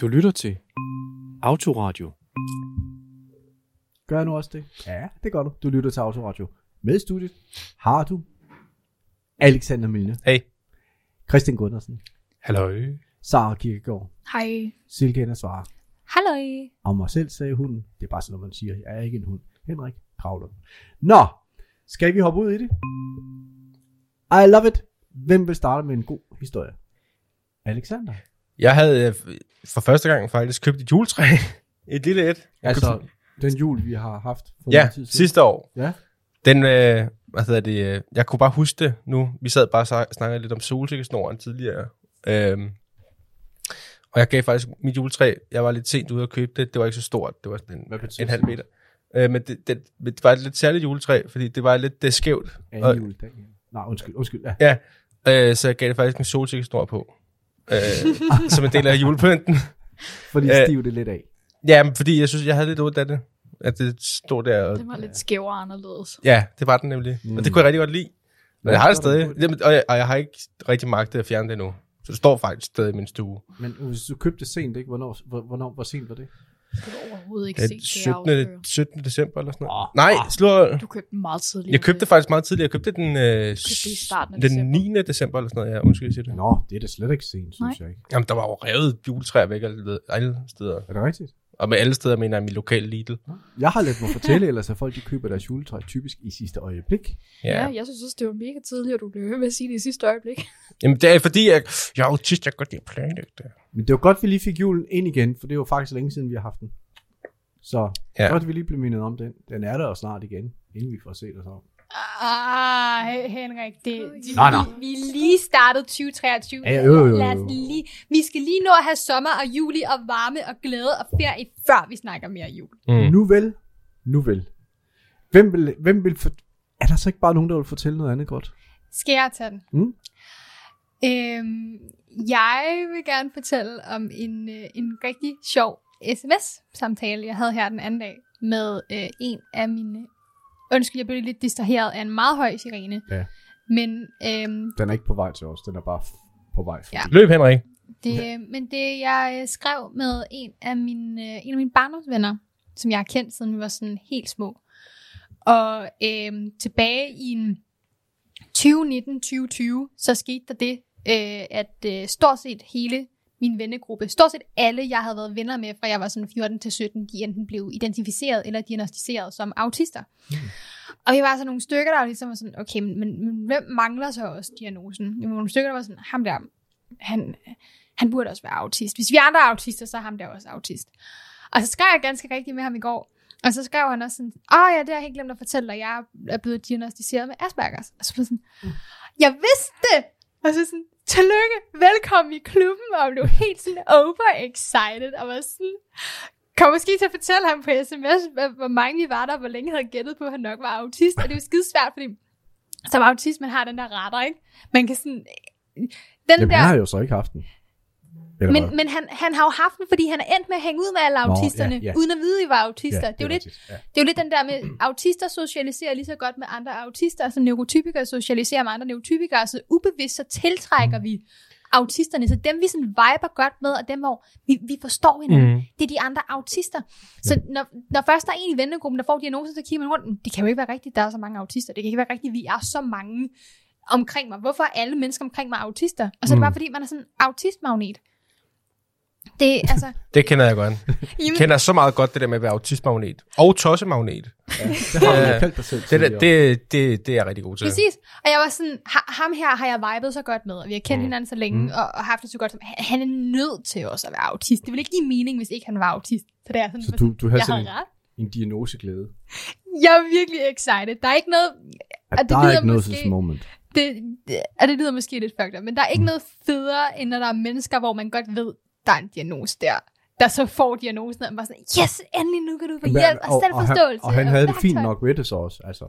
Du lytter til Autoradio. Gør jeg nu også det? Ja, det gør du. Du lytter til Autoradio. Med i studiet har du Alexander Mille, Hey. Christian Gundersen, Hallo. Sara Kirkegaard, Hej. Silke Andersvare, Halløj. og mig selv sagde hunden. Det er bare sådan, når man siger, jeg er ikke en hund. Henrik Kravlund. Nå, skal vi hoppe ud i det? I love it. Hvem vil starte med en god historie? Alexander. Jeg havde øh, for første gang faktisk købt et juletræ. Et lille et. Jeg købte- Altså, den jul, vi har haft for ja, noget tid siden. sidste år. Ja. Den, øh, hvad hedder det, øh, jeg kunne bare huske det nu. Vi sad bare og snak- snakkede lidt om solsikkesnoren tidligere. Øhm, og jeg gav faktisk mit juletræ, jeg var lidt sent ude at købe det. Det var ikke så stort, det var sådan en, Hvad betyder en halv meter. Øh, men det, det, men det, var et lidt særligt juletræ, fordi det var lidt det er skævt. Anden Og- juledag. Nej, undskyld, undskyld. Ja. Ja, øh, så jeg gav det faktisk en solsikkesnor på. Øh, som en del af julepynten. Fordi Øh, stiv det lidt af. Ja, men fordi jeg synes, jeg havde lidt ondt af det. At det stod der. Og, Den var lidt skæv og anderledes. ja, det var den nemlig. Mm. Mm. Og det kunne jeg rigtig godt lide. Men Ja, jeg har det så er det stadig. godt. Jamen, og, jeg, og jeg har ikke rigtig magtet at fjerne det nu. Så det står faktisk stadig i min stue. Men hvis du købte det sent, ikke? Hvornår, hvor, hvornår, hvor sent var det? Det kunne du overhovedet ikke Ja, se, kan jeg afsløre. 17. 17. december eller sådan Ah, noget. Nej, ah. slå. øh, Du købte den meget tidligt. Jeg købte det faktisk meget tidligt. Jeg købte det den, øh, det i starten af den december. 9. december eller sådan noget. Ja, undskyld, jeg siger det. Nå, det er da slet ikke sent, synes jeg ikke. Jamen, der var jo revet juletræer væk alle, alle steder. Er det rigtigt? Og med alle steder mener jeg min lokale Lidl. Jeg har lidt mig fortælle, ellers at folk de køber deres juletræ typisk i sidste øjeblik. Ja, jeg synes også, det var mega tidligt, og du blev ved med at sige det i sidste øjeblik. Jamen, det er fordi, jeg, jeg er autist, jeg kan godt lide at planlægge det. Men det var godt, vi lige fik julen ind igen, for det var faktisk længe siden, vi har haft den. Så ja. Ja. godt, vi lige blev mindet om den. Den er der jo snart igen, inden vi får set os om. Ah, Hen- Henrik, det, de, Nå, nå. Vi, vi er lige startet 2023. Ja, jo, jo, jo, Lad jo. os lige, vi skal lige nå at have sommer og juli og varme og glæde og ferie, før vi snakker mere jul. Mm. Nu vel, nu vel. Hvem vil, hvem vil for... Er der så ikke bare nogen, der vil fortælle noget andet godt? Skal jeg tage den? Mm. Øhm, jeg vil gerne fortælle om en, øh, en rigtig sjov sms-samtale, jeg havde her den anden dag med øh, en af mine... Undskyld, jeg blev lidt distraheret af en meget høj sirene. Ja. Men øhm, Den er ikke på vej til os, den er bare f- på vej. Ja. Løb, Henrik. Det, men det, jeg øh, skrev med en af mine, øh, en af mine barndomsvenner, som jeg har kendt, siden vi var sådan helt små. Og øhm, tilbage i en 2019-2020, så skete der det, øh, at øh, stort set hele min vennegruppe, stort set alle, jeg havde været venner med, fra jeg var sådan 14 til 17, de enten blev identificeret eller diagnostiseret som autister. Og vi var så nogle stykker, der ligesom var sådan, okay, men, men, men hvem mangler så også diagnosen? Vi var nogle stykker, der var sådan, ham der, han, han burde også være autist. Hvis vi andre er autister, så er ham der også autist. Og så skrev jeg ganske rigtigt med ham i går, og så skrev han også sådan, åh ja, det har jeg helt glemt at fortælle dig, jeg er blevet diagnostiseret med Aspergers. Og så blev jeg sådan, Mm. jeg vidste det! Og så sådan, tillykke, velkommen i klubben, og jeg blev helt sådan overexcited, og var sådan, kom måske til at fortælle ham på sms, hvor- hvor mange vi var der, og hvor længe jeg havde gættet på, at han nok var autist, og det er jo skide svært, fordi som autist, man har den der retter, ikke? Man kan sådan, den Jamen, der... jeg har jo så ikke haft den. Eller hvad? Men, men han, han har jo haft den, fordi han er endt med at hænge ud med alle Nå, autisterne, ja, ja, ja. ja. uden at vide, at I var Ja, autister. Ja, det, er jo lidt, rigtigt. Ja. det er jo lidt den der med, autister socialiserer lige så godt med andre autister, som neurotypikere socialiserer med andre neurotypikere, så ubevidst så tiltrækker vi autisterne, så dem vi sådan viber godt med, og dem hvor vi, vi forstår hinanden, mm. det er de andre autister. Så når, når først der er en i vennegruppen, der får diagnosen, så kigger man rundt, "Men det kan jo ikke være rigtigt, der er så mange autister, det kan ikke være rigtigt, vi er så mange omkring mig. Hvorfor er alle mennesker omkring mig autister? Og så er det bare fordi, man er sådan en autistmagnet. Det, er altså, Det kender jeg godt. Jeg Jamen- kender så meget godt det der med at være autistmagnet. Og tossemagnet. Det har du Ja. jo kaldt dig selv. Det, der, tidligere. det, det, det er jeg rigtig god til. Præcis. Og jeg var sådan, "Ha- ham her har jeg vibet så godt med, og vi har kendt mm. hinanden så længe, mm. og, og haft det så godt. som- Han han er nødt til også at være autist. Det ville ikke give mening, hvis ikke han var autist. Så det er sådan, Så du, du havde jeg sådan havde en, ret. en diagnoseglæde. Jeg er virkelig excited. Der er ikke noget, At Og det der er lyder ikke noget måske- sådan moment. det, det, og det lyder måske lidt fucked up, men der er ikke Mm. noget federe, end når der er mennesker, hvor man godt ved, der er en diagnose der der så får diagnosen, og man bare sådan, yes, endelig nu kan du få hjælp og, selvforståelse. Og, han, og han havde det fint værktøj." nok ved det så også. Altså.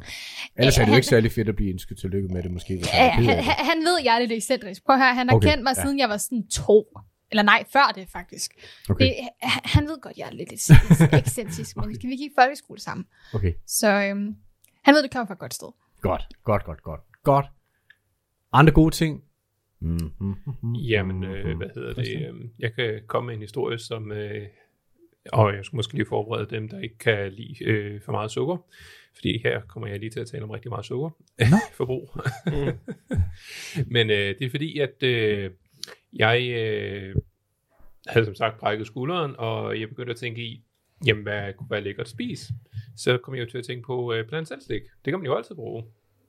Ellers er det jo han- ikke særlig fedt at blive ønsket tillykke med det, måske. Hvis han, Ja, er ked han, af det. han- han ved, jeg er lidt ekscentrisk. Prøv at høre, han har Okay, okay, kendt mig, ja. ja. siden jeg var sådan to. Eller nej, før det faktisk. Okay. Det, han- han ved godt, jeg er lidt ekscentrisk, ekscentrisk men skal vi gik i folkeskole sammen. okay, Så øhm, han ved, det kommer fra et godt sted. godt, godt, godt, godt, godt. Andre gode ting. Mm-hmm. Jamen, øh, hvad hedder det? øhm, Jeg kan komme med en historie, som... Øh, og jeg skal måske lige forberede dem, der ikke kan lide øh, for meget sukker. Fordi her kommer jeg lige til at tale om rigtig meget sukker. Forbrug. Men øh, det er fordi, at øh, jeg øh, havde som sagt brækket skulderen, og jeg begyndte at tænke i, jamen hvad kunne være lækkert at spise? Så kom jeg jo til at tænke på øh, blandt selv slik. Det kan man jo altid bruge,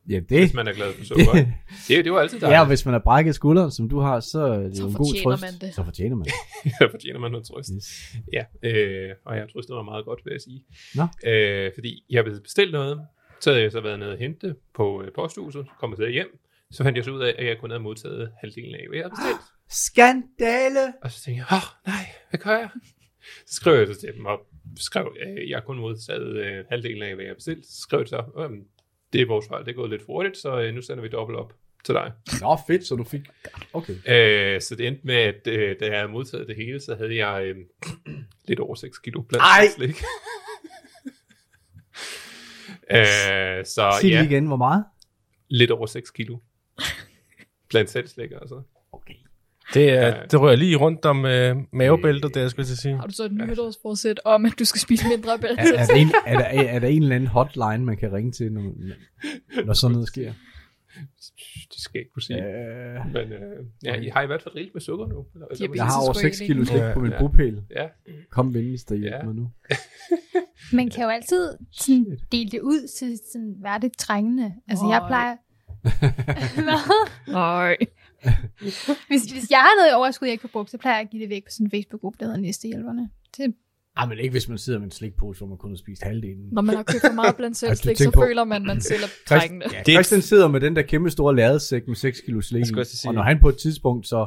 Ja, det. hvis man er glad for sukker. ikke? det, er jo- det er jo altid der. Ja, og hvis man har brækket skulderen, som du har, så er det Så jo en god fortjener trøst. man det. Så fortjener man det. Der fortjener man noget trøst. Yes. Ja, øh, og jeg har trøstet mig meget godt, vil jeg sige. Nå. Øh, fordi jeg havde bestilt noget, så havde jeg så været nede og hente på øh, posthuset, kom jeg hjem, så fandt jeg så ud af, at jeg kun havde modtaget halvdelen af, hvad jeg havde bestilt. Ah, Skandale! Og så tænkte jeg, åh nej, hvad gør jeg? Så skrev jeg så til dem og skrev, øh, jeg har kun modtaget øh, halvdelen af, hvad jeg har bestilt. Så skrev jeg så, øhm, det er vores fejl, det er gået lidt for hurtigt, så øh, nu sender vi dobbelt op til dig. Nå, fedt, så du fik... Okay. Øh, så det endte med, at øh, da jeg havde modtaget det hele, så havde jeg øh, lidt over 6 kilo blandt Ej! andet slik. øh, så Sig lige ja, igen, hvor meget? lidt over 6 kilo. Blandt selv slik, altså. Okay. Det, er, Ja. det rører lige rundt om øh, mavebæltet, det jeg skulle til at sige. Har du så et nytårsforsæt om, at du skal spise mindre bælte? Er, er, der en, er, der, er der en eller anden hotline, man kan ringe til, når, når sådan noget sker? Det skal jeg ikke kunne sige. Ja. Øh, Men øh, ja, I har i hvert fald rigeligt med sukker nu. Eller, eller, Diabetes. jeg har synes over sgu 6 ikke, kilo det slik er- på min Ja. bopæl. ja, Kom venligst og hjælp Ja. mig nu. Man kan jo altid sådan, dele det ud til sådan, hvad er det trængende. Altså, jeg Nej. plejer... Hvad? Nej. hvis, hvis jeg har noget i overskud, jeg ikke får brugt, så plejer jeg at give det væk på sådan en Facebook-gruppe, der hedder Næstehjælperne. Det, Ej, men ikke hvis man sidder med en slikpose, hvor man kun har spist halvdelen. Når man har købt for meget blandt selv Altså, du slik, så tænker på- føler man, man selv er Christian, trængende. ja, Det er Christian sidder med den der kæmpe store lærredsæk med 6 kilo slik Jeg i, skulle også sige- og når han på et tidspunkt så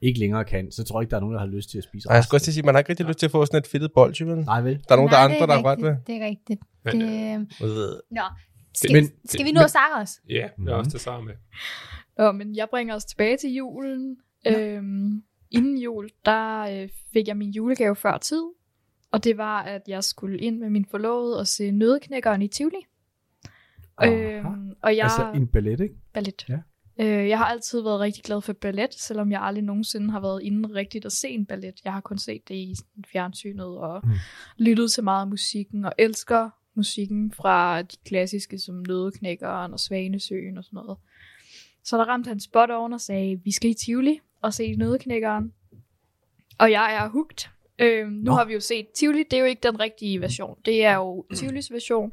ikke længere kan, så tror jeg ikke, der er nogen, der har lyst til at spise Ej, jeg skulle også resten. til at sige, man har ikke rigtig lyst til at få sådan et fedtet bolsje, vel? Nej, vel? Der er nogen, der er Nej, andre, det der har rørt rigtigt, ved. Det er rigtigt. Men, øh, Det, nå, skal, Men- skal vi nå at snakke os? ja, det er Mhm. også det samme. Nå, men jeg bringer os tilbage til julen. Øhm, inden jul, der øh, fik jeg min julegave før tid. Og det var, at jeg skulle ind med min forlovede og se Nødeknækkeren i Tivoli. Aha. Øhm, og jeg... Altså en ballet, ikke? ballet. Ja. Øh, jeg har altid været rigtig glad for ballet, selvom jeg aldrig nogensinde har været inde rigtigt og se en ballet. Jeg har kun set det i sådan fjernsynet og Mm. mm. lyttet til meget af musikken og elsker musikken fra de klassiske som Nødeknækkeren og Svanesøen og sådan noget. Så der ramte han spot oven og sagde, vi skal i Tivoli og se Nødeknækkeren. Og jeg er hugt. Øhm, nu Nå. har vi jo set Tivoli, det er jo ikke den rigtige version. Det er jo Tivolis version,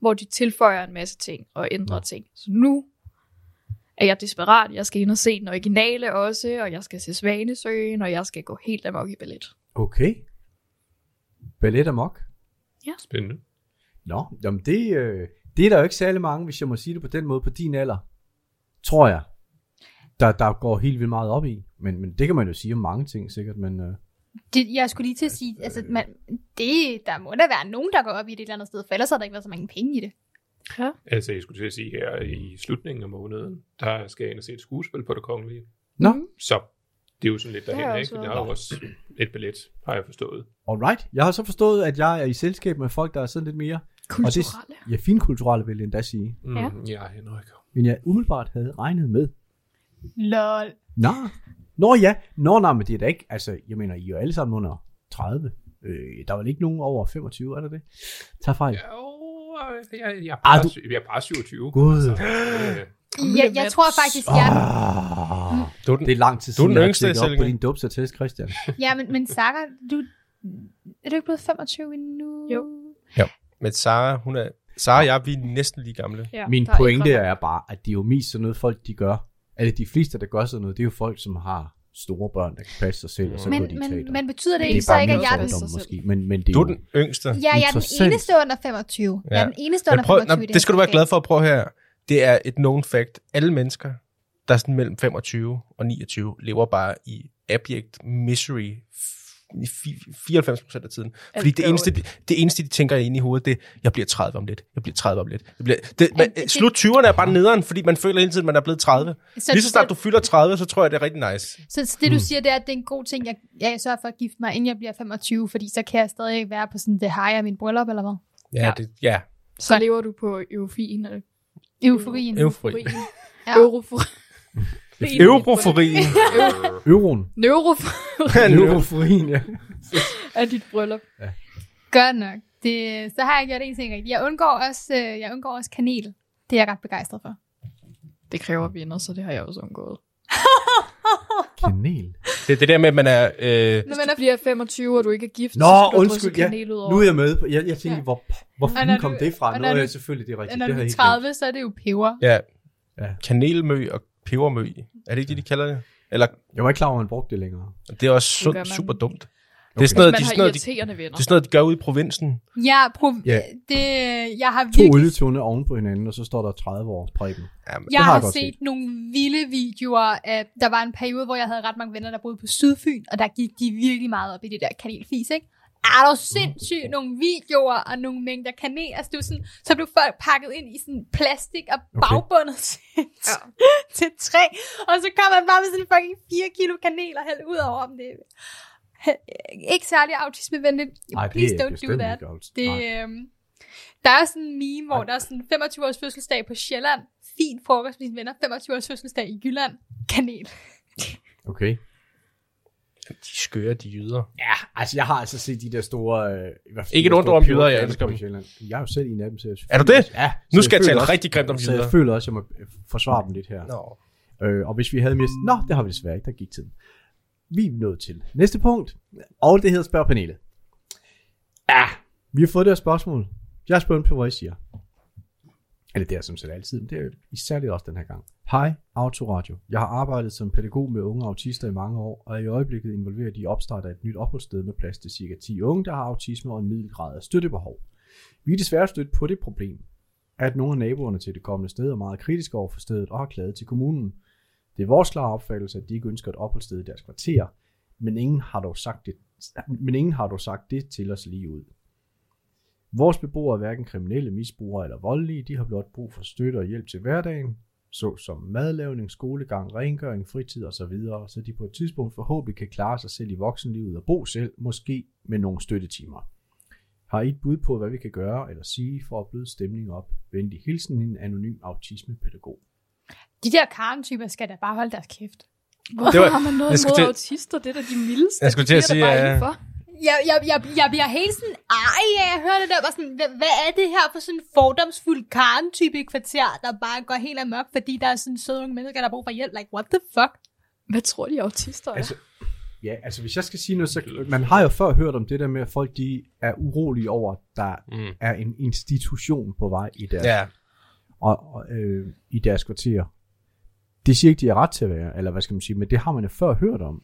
hvor de tilføjer en masse ting og ændrer ting. Så nu er jeg desperat. Jeg skal ind og se den originale også, og jeg skal se Svanesøen, og jeg skal gå helt amok i ballet. Okay. Ballet amok. Spændende. Nå, jamen det, øh, det er der jo ikke særlig mange, hvis jeg må sige det på den måde, på din alder. Tror jeg. Der, der går helt vildt meget op i. Men, men det kan man jo sige om mange ting sikkert, men... Øh, Det, jeg skulle lige til at sige, altså, man, det, der må da være nogen, der går op i det et eller andet sted, for ellers har der ikke været så mange penge i det. Altså, jeg skulle til at sige, her i slutningen af måneden, der skal jeg ind og se et skuespil på det kongelige. Nå. Så det er jo sådan lidt Det har derhen, jeg ikke? også Men jeg har jo også et billet, har jeg forstået. Alright. Jeg har så forstået, at jeg er i selskab med folk, der er sådan lidt mere... Kulturelle. Ja, finkulturelle vil jeg endda sige. Mm, Ja. Ja, Henrik. Men jeg umiddelbart havde regnet med. Lol. Nå. Nå ja. Nå, nej, men det er da ikke... Altså, jeg mener, I er jo alle sammen under 30. Øh, der er vel ikke nogen over 25, er der det? Tag fejl. Ja, åh, jeg, jeg, er Ah, bare, du- sy- jeg er bare 27. Gud. Øh, Jeg, jeg tror faktisk, jeg, Ah, Du er den, det er lang tid Du er siden, den jeg har yngste i tjekket op på sælgingen. din dubsertest, Christian. Ja, men, men Saka, du, er du ikke blevet 25 endnu? Jo. men Sara, hun er... Sara og jeg, vi er næsten lige gamle. Ja, Min der er pointe ældre. er bare, at det er jo mest sådan noget, folk de gør. Eller de fleste, der gør sådan noget, det er jo folk, som har store børn, der kan passe sig selv, og så går de i Men, teater. men, men betyder det, det Det er det ikke er så bare ikke, at min jeg er den, fordomme. fordom, måske. Men, men det er Du jo... er den yngste. ja, jeg er den Interessant. eneste under 25? Ja. Jeg er Ja. den eneste Men under prøv, 25. nå, det skal du være glad for at prøve her. Det er et known fact. Alle mennesker, der er sådan mellem 25 og 29, lever bare i abject misery f- i fi- 94 procent af tiden. Fordi det er eneste, det, det eneste, de tænker ind i hovedet, det er, jeg bliver 30 om lidt, jeg bliver 30 om lidt. Jeg bliver, det, man, det- slut 20'erne er bare nederen, fordi man føler hele tiden, man er blevet 30. Så, Lige så snart Hmm. du så, fylder 30, så tror jeg, det er rigtig nice. så, så det, du siger, det er, at det er en god ting, jeg, ja, jeg sørger for at gifte mig, inden jeg bliver 25, fordi så kan jeg stadig være på sådan det hej af min bryllup, eller hvad? Ja, Ja. ja. Det, ja. Så lever du på euforien. eller Euforien. Eufori. euforien. Ja. Eurofori. Euroforien. Euroen. Neuro Euroforien, ja. er dit bryllup. Godt nok. Det, så har jeg gjort en ting rigtigt. Jeg undgår også, øh, jeg undgår også kanel. Det er jeg ret begejstret for. Det kræver venner, så det har jeg også undgået. Kanel. det er det der med, at man er... Øh, Når man er, bliver 25, og du ikke er gift, Nå, så skal du undskyld, drysse ja. kanel ud over. Nu er jeg med. på- Jeg, jeg tænkte, Ja. hvor, hvor Og når fanden kom du- det fra? og Nå, når ja, du- selvfølgelig, det er rigtigt. Når det du har er jeg ikke glemt. 30, så er det jo peber. ja, Ja. kanelmø og pebermø. Er det ikke det, de kalder det? Eller Jeg var ikke klar over, at man brugte det længere. det er også gør man. sundt, super dumt. Det Okay. er sådan noget, man de, har sådan noget, de, irriterende venner. det er sådan noget, de gør ude i provinsen. Ja, pro- Ja. ja. Det, jeg har To virkelig olietunde oven på hinanden, og så står der 30 års præben. Jamen, Jeg har jeg har, har godt set, set nogle vilde videoer. Af, der var en periode, hvor jeg havde ret mange venner, der boede på Sydfyn, og der gik de virkelig meget op i det der kanelfis, ikke? Er der var Mm. sindssygt nogle videoer og nogle mængder kanel, altså det var sådan, så blev folk pakket ind i sådan plastik og Okay. bagbundet til, Ja. til træ, og så kom man bare med sådan fucking 4 kilo kanel og hældte ud over dem. Det er ikke særlig autismevenligt. Nej, det Please er don't do bestemt that. ikke altid. Nej. Det, øhm, der er sådan en meme, hvor Nej. der er sådan 25 års fødselsdag på Sjælland. Fin frokost med dine venner. 25 års fødselsdag i Jylland. Kanel. Okay. de skøre, de jyder. Ja, altså jeg har altså set de der store... Øh, i hvert fald Ikke de der et ondt store ord om jyder, peberkager jeg elsker på dem. Sjælland. Jeg er jo selv en af dem, så jeg Er du det? Ja. så Nu skal jeg føler tale også- rigtig grimt om Så jeg jyder. føler også, at jeg må øh, forsvare dem lidt her. Nå. Øh, og hvis vi havde mere... Nå, det har vi desværre ikke, der gik tiden. Vi er nået til næste punkt, og det hedder Spørg panelet. Ja, vi har fået det her spørgsmål. Jeg er spændt på, hvad I siger. Eller det er som set altid, men det er især lidt også den her gang. Hej, Autoradio. Jeg har arbejdet som pædagog med unge autister i mange år, og er i øjeblikket involveret i opstart af et nyt opholdssted med plads til ca. 10 unge, der har autisme og en middelgrad af støttebehov. Vi er desværre stødt på det problem, at nogle af naboerne til det kommende sted er meget kritiske over for stedet og har klaget til kommunen. Det er vores klare opfattelse, at de ikke ønsker et opholdssted i deres kvarter, men ingen har dog sagt det, men ingen har dog sagt det til os lige ud. Vores beboere er hverken kriminelle, misbrugere eller voldelige. De har blot brug for støtte og hjælp til hverdagen, såsom madlavning, skolegang, rengøring, fritid osv., så de på et tidspunkt forhåbentlig kan klare sig selv i voksenlivet og bo selv, måske med nogle støttetimer. Har I et bud på, hvad vi kan gøre eller sige for at bløde stemningen op? Venlig hilsen, en anonym autismepædagog. De der Karen-typer skal da bare holde deres kæft. Hvorfor Det var- har man noget jeg skulle imod til- autister? Det er da de mildeste. Jeg skulle til at Det er der sige, bare ja. ikke for. Jeg, jeg, jeg, jeg bliver helt sådan, ej, ja, jeg hører det der, bare sådan, hvad, hvad er det her for sådan en fordomsfuld Karen-type i kvarter, der bare går helt amok, fordi der er sådan søde unge mennesker, der har brug for hjælp. Like, what the fuck? Hvad tror de autister er? Altså, ja, altså hvis jeg skal sige noget, så man har jo før hørt om det der med, at folk de er urolige over, at der Mm. er en institution på vej i deres, ja. Ja. og, og, øh, i deres kvarter. Det siger ikke, de har ret til at være, eller hvad skal man sige, men det har man jo før hørt om.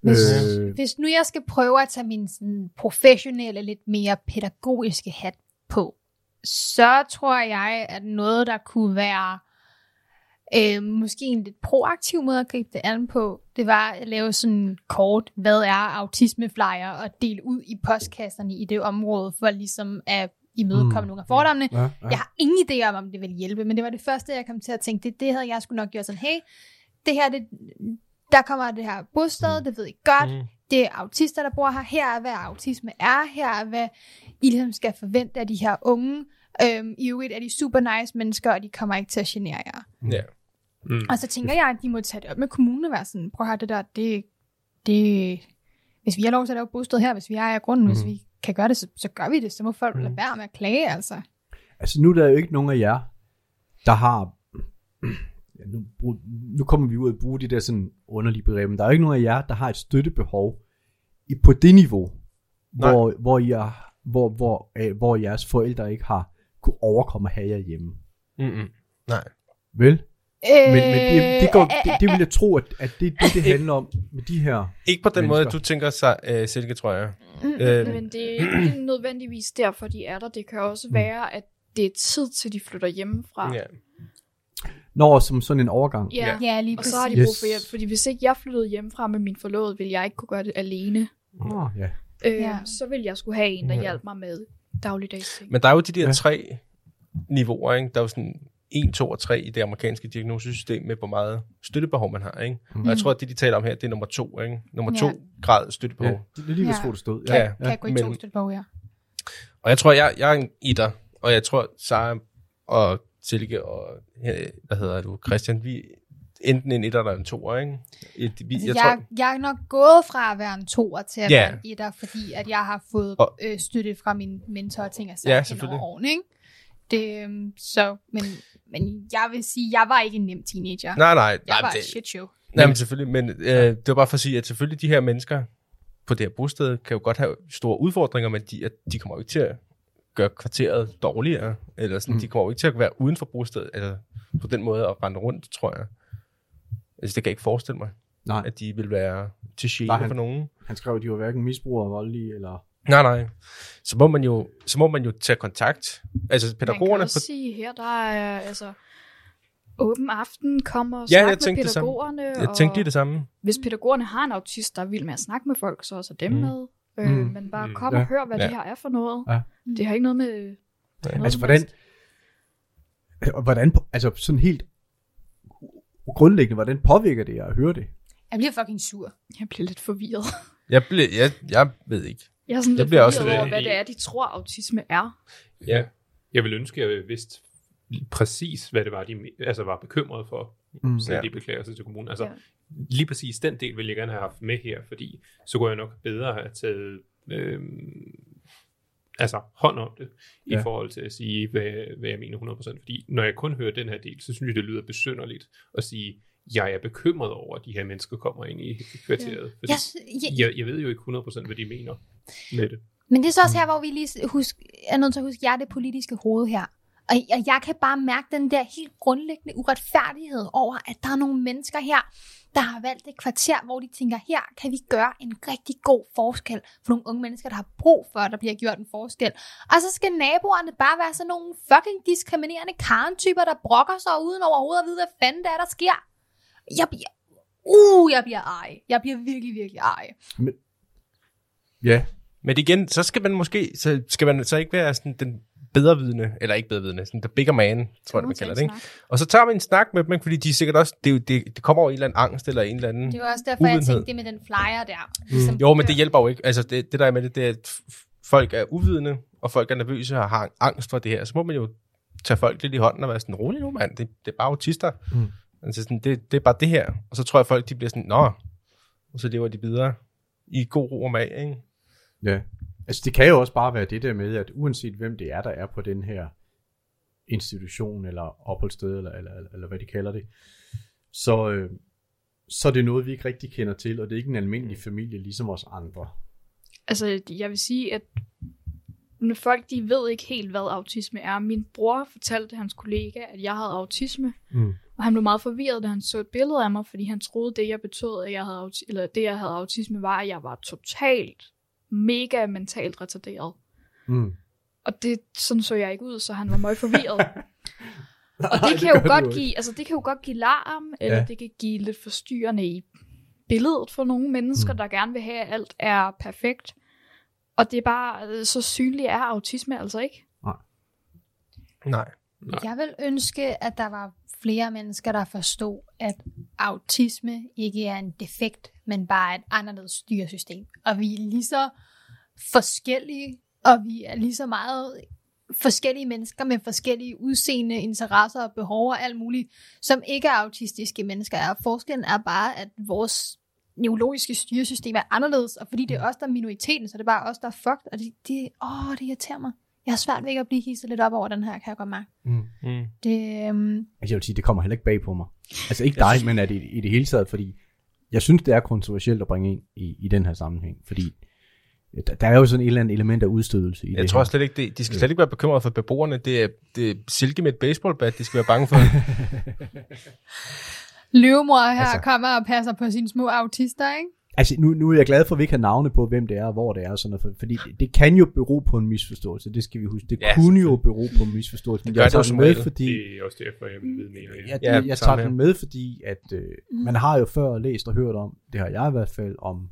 Hvis, øh. hvis nu jeg skal prøve at tage min sådan, professionelle, lidt mere pædagogiske hat på, så tror jeg, at noget, der kunne være øh, måske en lidt proaktiv måde at gribe det an på, det var at lave sådan en kort, hvad er autismeflyer, og dele ud i postkasserne i det område, for ligesom at Mm. imødekomme mm. nogle af fordommene. ja, ja. Jeg har ingen idé om, om det vil hjælpe, men det var det første, jeg kom til at tænke, det, det havde jeg skulle nok gjort sådan, hey, det her, det, der kommer det her bosted, det ved I godt, Mm. det er autister, der bor her, her er, hvad autisme er, her er, hvad I ligesom skal forvente af de her unge, øhm, i øvrigt er de super nice mennesker, og de kommer ikke til at genere jer. Ja. Mm. Og så tænker jeg, at de må tage det op med kommunen og være sådan, prøv at høre det der, det, det, hvis vi har lov til at lave bosted her, hvis vi ejer grunden, mm. hvis Mhm. vi kan gøre det, så, så gør vi det, så må folk mm. lade være med at klage, altså. Altså nu er der jo ikke nogen af jer, der har... Ja, nu, brug- nu kommer vi ud at bruge de der sådan underlige begreber, men der er jo ikke nogen af jer, der har et støttebehov i, på det niveau, Nej. hvor, hvor, I er, hvor, hvor, øh, hvor jeres forældre ikke har kunne overkomme at have jer hjemme. Mm-mm. Nej. Vel? Øh, Men, men det, det, går, det, det vil jeg tro, at, at det er det, det handler om med de her... Ikke på den måde, Mennesker. du tænker sig, øh, Silke, tror jeg. Øhm, Øh. Men det er ikke nødvendigvis derfor, de er der. Det kan også være, at det er tid til, de flytter hjemmefra. Mm. Ja. Når som sådan en overgang. ja. Ja. Ja, lige Og så har de præcis. brug for hjælp, fordi hvis ikke jeg flyttede hjemmefra med min forlovede, ville jeg ikke kunne gøre det alene. Oh, ja. Øh, Ja. Så ville jeg skulle have en, der Ja. hjalp mig med dagligdags ting. Men der er jo de der Ja. ja. tre niveauer, ikke? Der er jo sådan 1, 2 og 3 i det amerikanske diagnosesystem med, hvor meget støttebehov man har, ikke? Mhm. Og Mm. jeg tror, at det, de taler om her, det er nummer 2, ikke? Nummer Ja. 2 grad ja. støttebehov. Det er lige, hvad Ja. ja. det stod. Kan, Ja. Ja, kan jeg gå i to men- stykker på her? Og jeg tror, jeg, jeg er en etter, og jeg tror, Sara og Silke og, øh, hvad hedder du, Christian, vi enten en etter eller en toer, ikke? Et, vi, Altså, jeg, jeg, tror, jeg, jeg er nok gået fra at være en toer til at Ja. være en etter, fordi at jeg har fået Og- øh, støtte fra min mentor og ting og Ja, sager hen selvfølgelig. over årene, ikke? Det, øhm, så, men, men jeg vil sige, jeg var ikke en nem teenager. nej, nej. jeg nej, var det, et shit show. nej, men selvfølgelig. Men øh, det var bare for at sige, at selvfølgelig de her mennesker på det her bosted kan jo godt have store udfordringer, men de, at de kommer jo ikke til at gøre kvarteret dårligere. Eller sådan, Mm. mm. de kommer jo ikke til at være uden for bostedet. Altså, på den måde at rende rundt, tror jeg. Altså, det kan jeg ikke forestille mig, Nej, at de vil være til Nej, gene han- for nogen. han skrev, at de var hverken misbrugere, voldelige eller... Nej, nej. Så må man jo, så må man jo tage kontakt. Altså Man kan pædagogerne... også På, sige, her der er altså, åben aften, kom og Ja, snak jeg med tænkte det samme. pædagogerne. jeg tænkte lige det samme. Hvis pædagogerne har en autist, der er vild med at snakke med folk, så er så dem Mm. mm. med. Øh, Mm. mm. Men bare Mm. kom Ja. og hør, hvad Ja. det her er for noget. Ja. Det har ikke noget med... noget Altså, som hvordan... helst. Og Hvordan, på- altså sådan helt grundlæggende, hvordan påvirker det jer at høre det? Jeg bliver fucking sur. Jeg bliver lidt forvirret. Jeg, blev, jeg, jeg ved ikke. Jeg er sådan Jeg lidt bliver forvirret også lidt- over, hvad det er, de tror, autisme er. Ja. Jeg vil ønske, at jeg vidste præcis, hvad det var, de altså, var bekymrede for, Mm. så Ja. ja. de beklager sig til kommunen. Altså, Ja. ja. lige præcis den del vil jeg gerne have haft med her, fordi så kunne jeg nok bedre have taget øhm, altså, hånd om det, ja. Ja. i forhold til at sige, hvad, hvad jeg mener 100%. Fordi når jeg kun hører den her del, så synes jeg, det lyder besynderligt at sige, jeg er bekymret over, at de her mennesker kommer ind i kvarteret. Ja. Fordi Jeg, sy- jeg, jeg, jeg ved jo ikke 100% hvad de mener med det. Men det er så også her, hvor vi lige s- husk, er nødt til at huske, at jeg er det politiske hoved her. Og, og jeg kan bare mærke den der helt grundlæggende uretfærdighed over, at der er nogle mennesker her, der har valgt et kvarter, hvor de tænker, her kan vi gøre en rigtig god forskel for nogle unge mennesker, der har brug for, at der bliver gjort en forskel. Og så skal naboerne bare være sådan nogle fucking diskriminerende karentyper, der brokker sig uden overhovedet at vide, hvad fanden det er, der sker. Jeg bliver... Uh, jeg bliver ej. Jeg bliver virkelig, virkelig ej. Ja, Men igen, så skal man måske, så skal man så ikke være sådan den bedrevidende, eller ikke bedrevidende, sådan the bigger man, tror jeg, man kalder det, ikke? Og så tager vi en snak med dem, ikke? fordi de er sikkert også, det, er jo- det, det kommer over en eller anden angst, eller en eller anden... Det var også derfor, jeg Mm. Uvidenhed. Mm. tænkte det med den flyer der. Ligesom, Jo, men det hjælper jo ikke. Altså, det, det der er med det, det er, at f- folk er uvidende, og folk er nervøse og har angst for det her. Så må man jo tage folk lidt i hånden og være sådan, rolig nu, mand. Det, det er bare autister. Mm. Mm. Altså, sådan, det, det er bare det her. Og så tror jeg, folk de bliver sådan, nå, og så lever de videre i god ro og mag, ikke? Ja. Altså det kan jo også bare være det der med, at uanset hvem det er, der er på den her institution, eller opholdssted, eller, eller, eller, eller hvad de kalder det, så, øh, så er det noget, vi ikke rigtig kender til, og det er ikke en Mm. almindelig familie ligesom os andre. Altså, jeg vil sige, at når folk de ved ikke helt, hvad autisme er. Min bror fortalte hans kollega, at jeg havde autisme, Mm. og han blev meget forvirret, da han så et billede af mig, fordi han troede, det jeg betød, at jeg havde, auti- eller det, jeg havde autisme, var, at jeg var totalt mega mentalt retarderet. Mm. Og det, sådan så jeg ikke ud, så han var meget forvirret. Og det kan jo godt give, altså det kan jo godt give larm, eller Ja. ja. det kan give lidt forstyrrende i billedet for nogle mennesker, Mm. mm. der gerne vil have, at alt er perfekt. Og det er bare, øh, så synlig er autisme altså ikke. Nej. Jeg vil ønske, at der var flere mennesker, der forstod, at autisme ikke er en defekt, men bare et anderledes styresystem. Og vi er lige så forskellige, og vi er lige så meget forskellige mennesker med forskellige udseende, interesser og behov og alt muligt, som ikke er autistiske mennesker er. Forskellen er bare, at vores neurologiske styresystem er anderledes, og fordi det er os, der er minoriteten, så er det bare os, der er fucked, og det, det, åh, det irriterer mig. Jeg har svært ved ikke at blive hisset lidt op over den her, kan jeg godt mærke. Mm. Det, øhm, Altså jeg vil sige, det kommer heller ikke bag på mig. Altså ikke Jeg dig, synes- men at i, i det hele taget, fordi jeg synes, det er kontroversielt at bringe ind i, i den her sammenhæng, fordi der, der er jo sådan et eller andet element af udstødelse i det Jeg tror her. slet ikke, det, de skal slet ikke være bekymrede for beboerne. Det er, det er silke med et baseballbat, de skal være bange for. løvemor her Altså- altså. kommer og passer på sine små autister, ikke? Altså, nu, nu er jeg glad for, at vi ikke har navne på, hvem det er, og hvor det er, og sådan noget, for- fordi det, det kan jo bero på en misforståelse, det skal vi huske. Det Ja, ja, kunne jo bero på en misforståelse, men gør jeg det tager jo den som med, regel. fordi Det er også derfor, jeg vil vide mere. jeg, Ja, jeg tager samme her. den med, fordi at øh, man har jo før læst og hørt om, det har jeg i hvert fald, om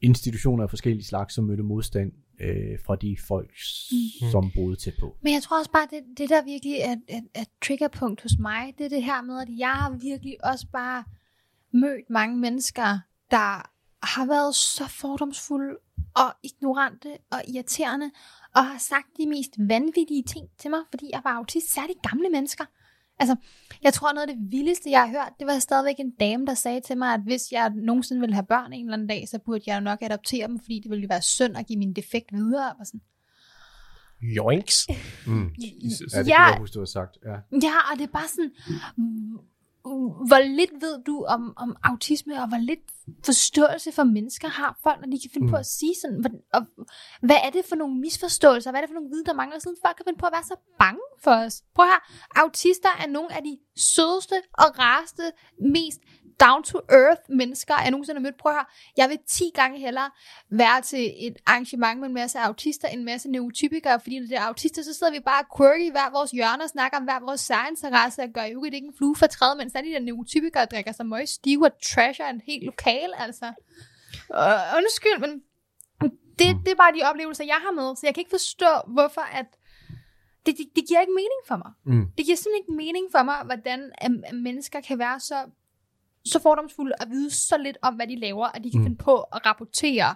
institutioner af forskellige slags, som mødte modstand øh, fra de folk, mm. som boede tæt på. Men jeg tror også bare, det, det der virkelig er, er, er triggerpunkt hos mig, det er det her med, at jeg har virkelig også bare mødt mange mennesker, der har været så fordomsfulde og ignorante og irriterende, og har sagt de mest vanvittige ting til mig, fordi jeg var autist, særligt gamle mennesker. Altså, jeg tror noget af det vildeste, jeg har hørt, det var stadigvæk en dame, der sagde til mig, at hvis jeg nogensinde ville have børn en eller anden dag, så burde jeg jo nok adoptere dem, fordi det ville jo være synd at give min defekt videre. Og sådan. Joinks. Mm. Jesus. Ja, det Ja. kunne jeg huske, du har sagt. Ja. Ja, og det er bare sådan, mm, hvor lidt ved du om, om autisme, og hvor lidt forståelse for mennesker har folk, når de kan finde mm. på at sige sådan, hvor, og, hvad er det for nogle misforståelser, hvad er det for nogle viden, der mangler, siden folk kan finde på at være så bange for os. Prøv her, autister er nogle af de sødeste og rareste, mest down-to-earth mennesker, jeg nogensinde har mødt. Prøv her, jeg vil 10 gange hellere være til et arrangement med en masse autister, en masse neurotypikere, fordi når det er autister, så sidder vi bare quirky i hver vores hjørne og snakker om hver vores særinteresse og gør jo ikke en flue for træet, mens der er de der neurotypikere, der drikker sig møg stive og trasher en helt lokal, altså. Og undskyld, men det, det er bare de oplevelser, jeg har med, så jeg kan ikke forstå, hvorfor at det, det, det giver ikke mening for mig. Mm. Det giver simpelthen ikke mening for mig, hvordan at- at mennesker kan være så, så fordomsfulde og vide så lidt om, hvad de laver, at de kan Mm. mm. finde på at rapportere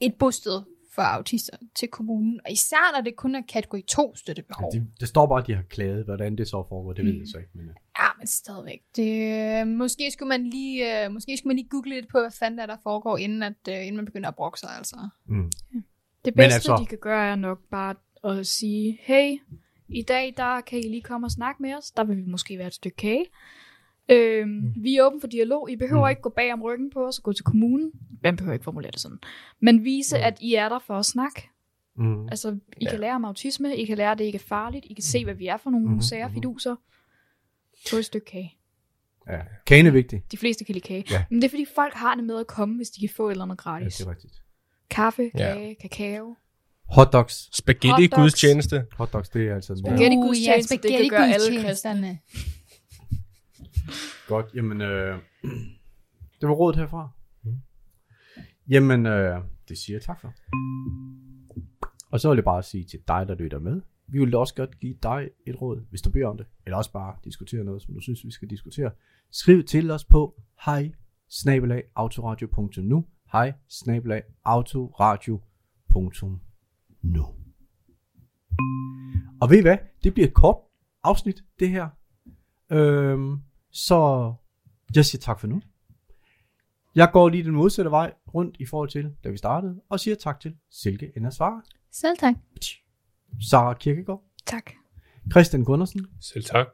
et bosted for autister til kommunen. Og især når det kun er kategori 2 Ja, støttebehov. de, det står bare, at de har klaget. Hvordan det så foregår, det ved jeg så ikke. Men, øh, Ja, men stadigvæk. Det, måske, skulle man lige, øh, måske skulle man lige google lidt på, hvad fanden der, er, der foregår, inden, at, øh, inden man begynder at brokke sig. Altså. mm. Det Men bedste, altså- altså... de kan gøre, er nok bare at sige, hey, i dag der kan I lige komme og snakke med os. Der vil vi måske være et stykke kage. Øhm, mm. Vi er åbne for dialog. I behøver Mm. mm. ikke gå bag om ryggen på os og gå til kommunen. Man behøver ikke formulere det sådan. Men vise, Mm. mm. at I er der for at snakke. Mm. Altså, I ja. kan lære om autisme. I kan lære, at det ikke er farligt. I kan se, hvad vi er for nogle Mhm, mm. sære mhm. fiduser. Få et stykke kage. Ja. Kagen er vigtig. De fleste kan lide kage. Ja. Men det er, fordi folk har det med at komme, hvis de kan få et eller andet Ja, gratis. det er rigtigt. Kaffe, Ja. kage, kakao. Hotdogs. Spaghetti Hotdogs. gudstjeneste. Hotdogs, det er altså en Spaghetti. Uh, gudstjeneste, det kan spaghetti gøre alle gudstjenesterne. Godt, jamen... Øh, det var rådet herfra. Jamen, øh, det siger jeg tak for. Og så vil jeg bare sige til dig, der lytter med, vi vil også godt give dig et råd, hvis du beder om det, eller også bare diskutere noget, som du synes, vi skal diskutere. Skriv til os på hej snabelag autoradio.nu hej snabelag autoradio.nu Og ved I hvad? Det bliver et kort afsnit, det her. Øhm, så jeg siger tak for nu. Jeg går lige den modsatte vej rundt i forhold til, da vi startede, og siger tak til Silke Endersvare, Selv tak. Sara Kirkegaard, Tak. Christian Gundersen Selv tak.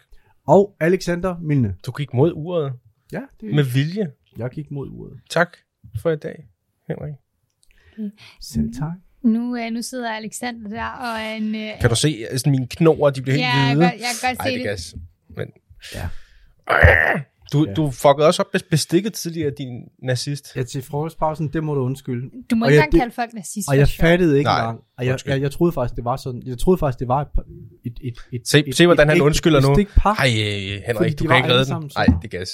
og Alexander Milne. Du gik mod uret Ja, det, med vilje. jeg gik mod uret. Tak for i dag, Henrik. Selv tak. Nu, øh, nu sidder Alexander der og er en... Øh, Kan du se, at sådan mine knoger, de bliver ja, helt jeg kan, hvide? jeg kan godt Ej, se det det. gas. Men... Ja. Du, Ja. du fuckede også op med bestikket tidligere, din nazist. Ja, til frokostpausen, det må du undskylde. Du må Og ikke jeg- engang det- kalde folk nazist. Og jeg for sjov. fattede ikke Nej, engang. Og jeg, undskyld. jeg, jeg, troede faktisk, det var sådan. Jeg troede faktisk, det var et, et, et, et Se- et, se, hvordan et, han ægte undskylder nu. bestikpar. Ej, øh, Henrik, Fordi du de kan var ikke alle redde den. sammen Ej, sammen. det gas.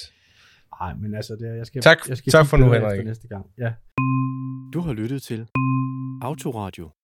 Ej, men altså, det, jeg skal, Tak- jeg skal tak kigge for nu, bedre efter Henrik. Næste gang. Ja. Du har lyttet til Autoradio.